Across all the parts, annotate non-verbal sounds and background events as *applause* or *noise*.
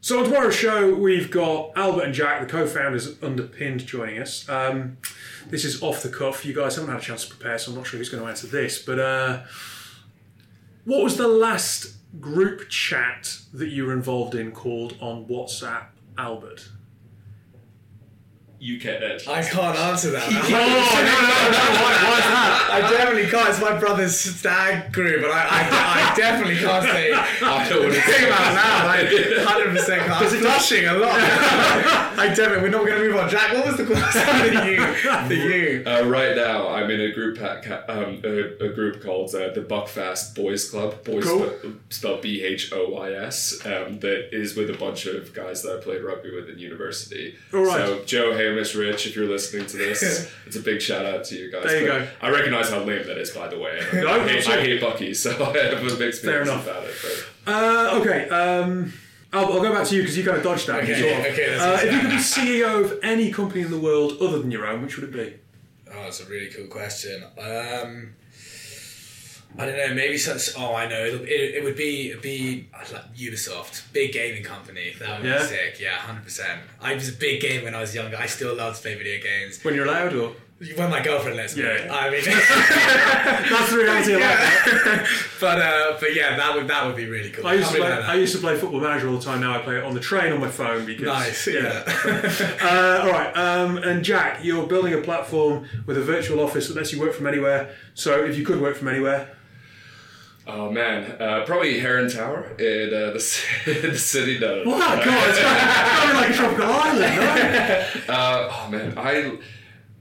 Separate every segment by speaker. Speaker 1: So on tomorrow's show, we've got Albert and Jack, the co-founders of Underpinned, joining us. Um, this is off the cuff. You guys haven't had a chance to prepare, so I'm not sure who's going to answer this. But uh, what was the last group chat that you were involved in called on WhatsApp, Albert?
Speaker 2: You get it.
Speaker 3: I can't answer
Speaker 1: *laughs*
Speaker 3: that. man.
Speaker 1: no, no, no! Why is that?
Speaker 3: I definitely can't. It's my brother's stag group, but I, I, I definitely can't say.
Speaker 1: *laughs*
Speaker 2: I don't want to
Speaker 3: Think
Speaker 2: *laughs*
Speaker 3: about that. I 100% can't. I'm blushing a lot. *laughs* I definitely. We're not going to move on. Jack, what was the question *laughs* that you? The you.
Speaker 2: Uh, right now, I'm in a group pack, ca- um, a, a group called uh, the Buckfast Boys Club. Boys
Speaker 1: Cool.
Speaker 2: spe- spelled B H O Y S. Um, that is with a bunch of guys that I played rugby with in university.
Speaker 1: All right.
Speaker 2: So Joe, Hamish, Rich, if you're listening
Speaker 1: *laughs*
Speaker 2: to this, it's a big shout out to you guys.
Speaker 1: There you
Speaker 2: But
Speaker 1: go.
Speaker 2: I recognise how lame that is, by
Speaker 1: *laughs*
Speaker 2: the way.
Speaker 1: No,
Speaker 2: I, hate,
Speaker 1: sure.
Speaker 2: I hate Bucky, so *laughs* I have a mixed
Speaker 1: Fair
Speaker 2: feelings
Speaker 1: enough.
Speaker 2: about it. But.
Speaker 1: Uh, okay, um, Albert, I'll go back to you because you kind of dodged that.
Speaker 3: Okay,
Speaker 1: Sort of.
Speaker 3: okay, let's
Speaker 1: Uh,
Speaker 3: do
Speaker 1: if you could be CEO of any company in the world other than your own, which would it be?
Speaker 3: Oh, that's a really cool question. Um, I don't know. Maybe such. Oh, I know. It'll, it, it would be it'd be I'd like Ubisoft, big gaming company. That would
Speaker 1: Yeah.
Speaker 3: be sick. Yeah, hundred percent. I was a big game when I was younger. I still love to play video games.
Speaker 1: When you're allowed, or
Speaker 3: When my girlfriend lets me.
Speaker 1: Yeah.
Speaker 3: I mean. *laughs*
Speaker 1: that's the reality of life.
Speaker 3: yeah. but uh, but yeah, that would that would be really cool.
Speaker 1: I used, to
Speaker 3: Something
Speaker 1: play,
Speaker 3: like that.
Speaker 1: I used to play Football Manager all the time. Now I play it on the train on my phone because *laughs*
Speaker 3: nice. Yeah.
Speaker 1: Uh, all right, um, and Jack, you're building a platform with a virtual office that lets you work from anywhere. So if you could work from anywhere,
Speaker 2: Oh man, uh, probably Heron Tower in uh, the, *laughs* ci- the city. No, no, no.
Speaker 1: oh my god, it's kind of like a tropical island, *laughs* right?
Speaker 2: Uh, oh man, I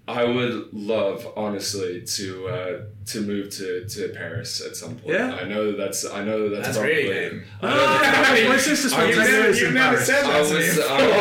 Speaker 2: I would love honestly to uh, to move to, to Paris at some point.
Speaker 1: Yeah.
Speaker 2: I know that that's I know that that's,
Speaker 3: That's
Speaker 2: probably.
Speaker 3: really lame.
Speaker 2: I know that-
Speaker 1: Oh, my sister's
Speaker 2: I
Speaker 1: from
Speaker 2: was-
Speaker 1: Paris.
Speaker 3: You've never said
Speaker 2: I
Speaker 3: that
Speaker 2: was,
Speaker 3: to me.
Speaker 2: I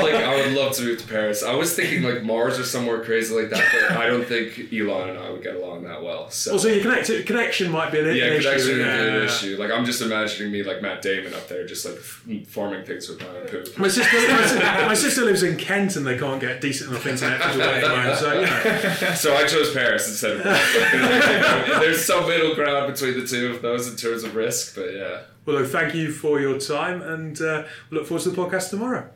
Speaker 2: was like, I would love to move to Paris. I was thinking like Mars or somewhere crazy like that, but I don't think Elon and I would get along that well. So
Speaker 1: Also, your connect- connection might be an,
Speaker 2: yeah,
Speaker 1: an
Speaker 2: it could
Speaker 1: issue.
Speaker 2: actually be
Speaker 1: yeah.
Speaker 2: an issue. Like I'm just imagining me like Matt Damon up there, just like f- farming things with my own
Speaker 1: *laughs*
Speaker 2: poop.
Speaker 1: My sister, my, sister, my sister lives in Kent and they can't get decent enough internet to work from home, so you know. *laughs*
Speaker 2: So I chose Paris instead of Brussels. *laughs* There's some middle ground between the two of those in terms of risk, but yeah.
Speaker 1: Well, look, thank you for your time and uh, look forward to the podcast tomorrow.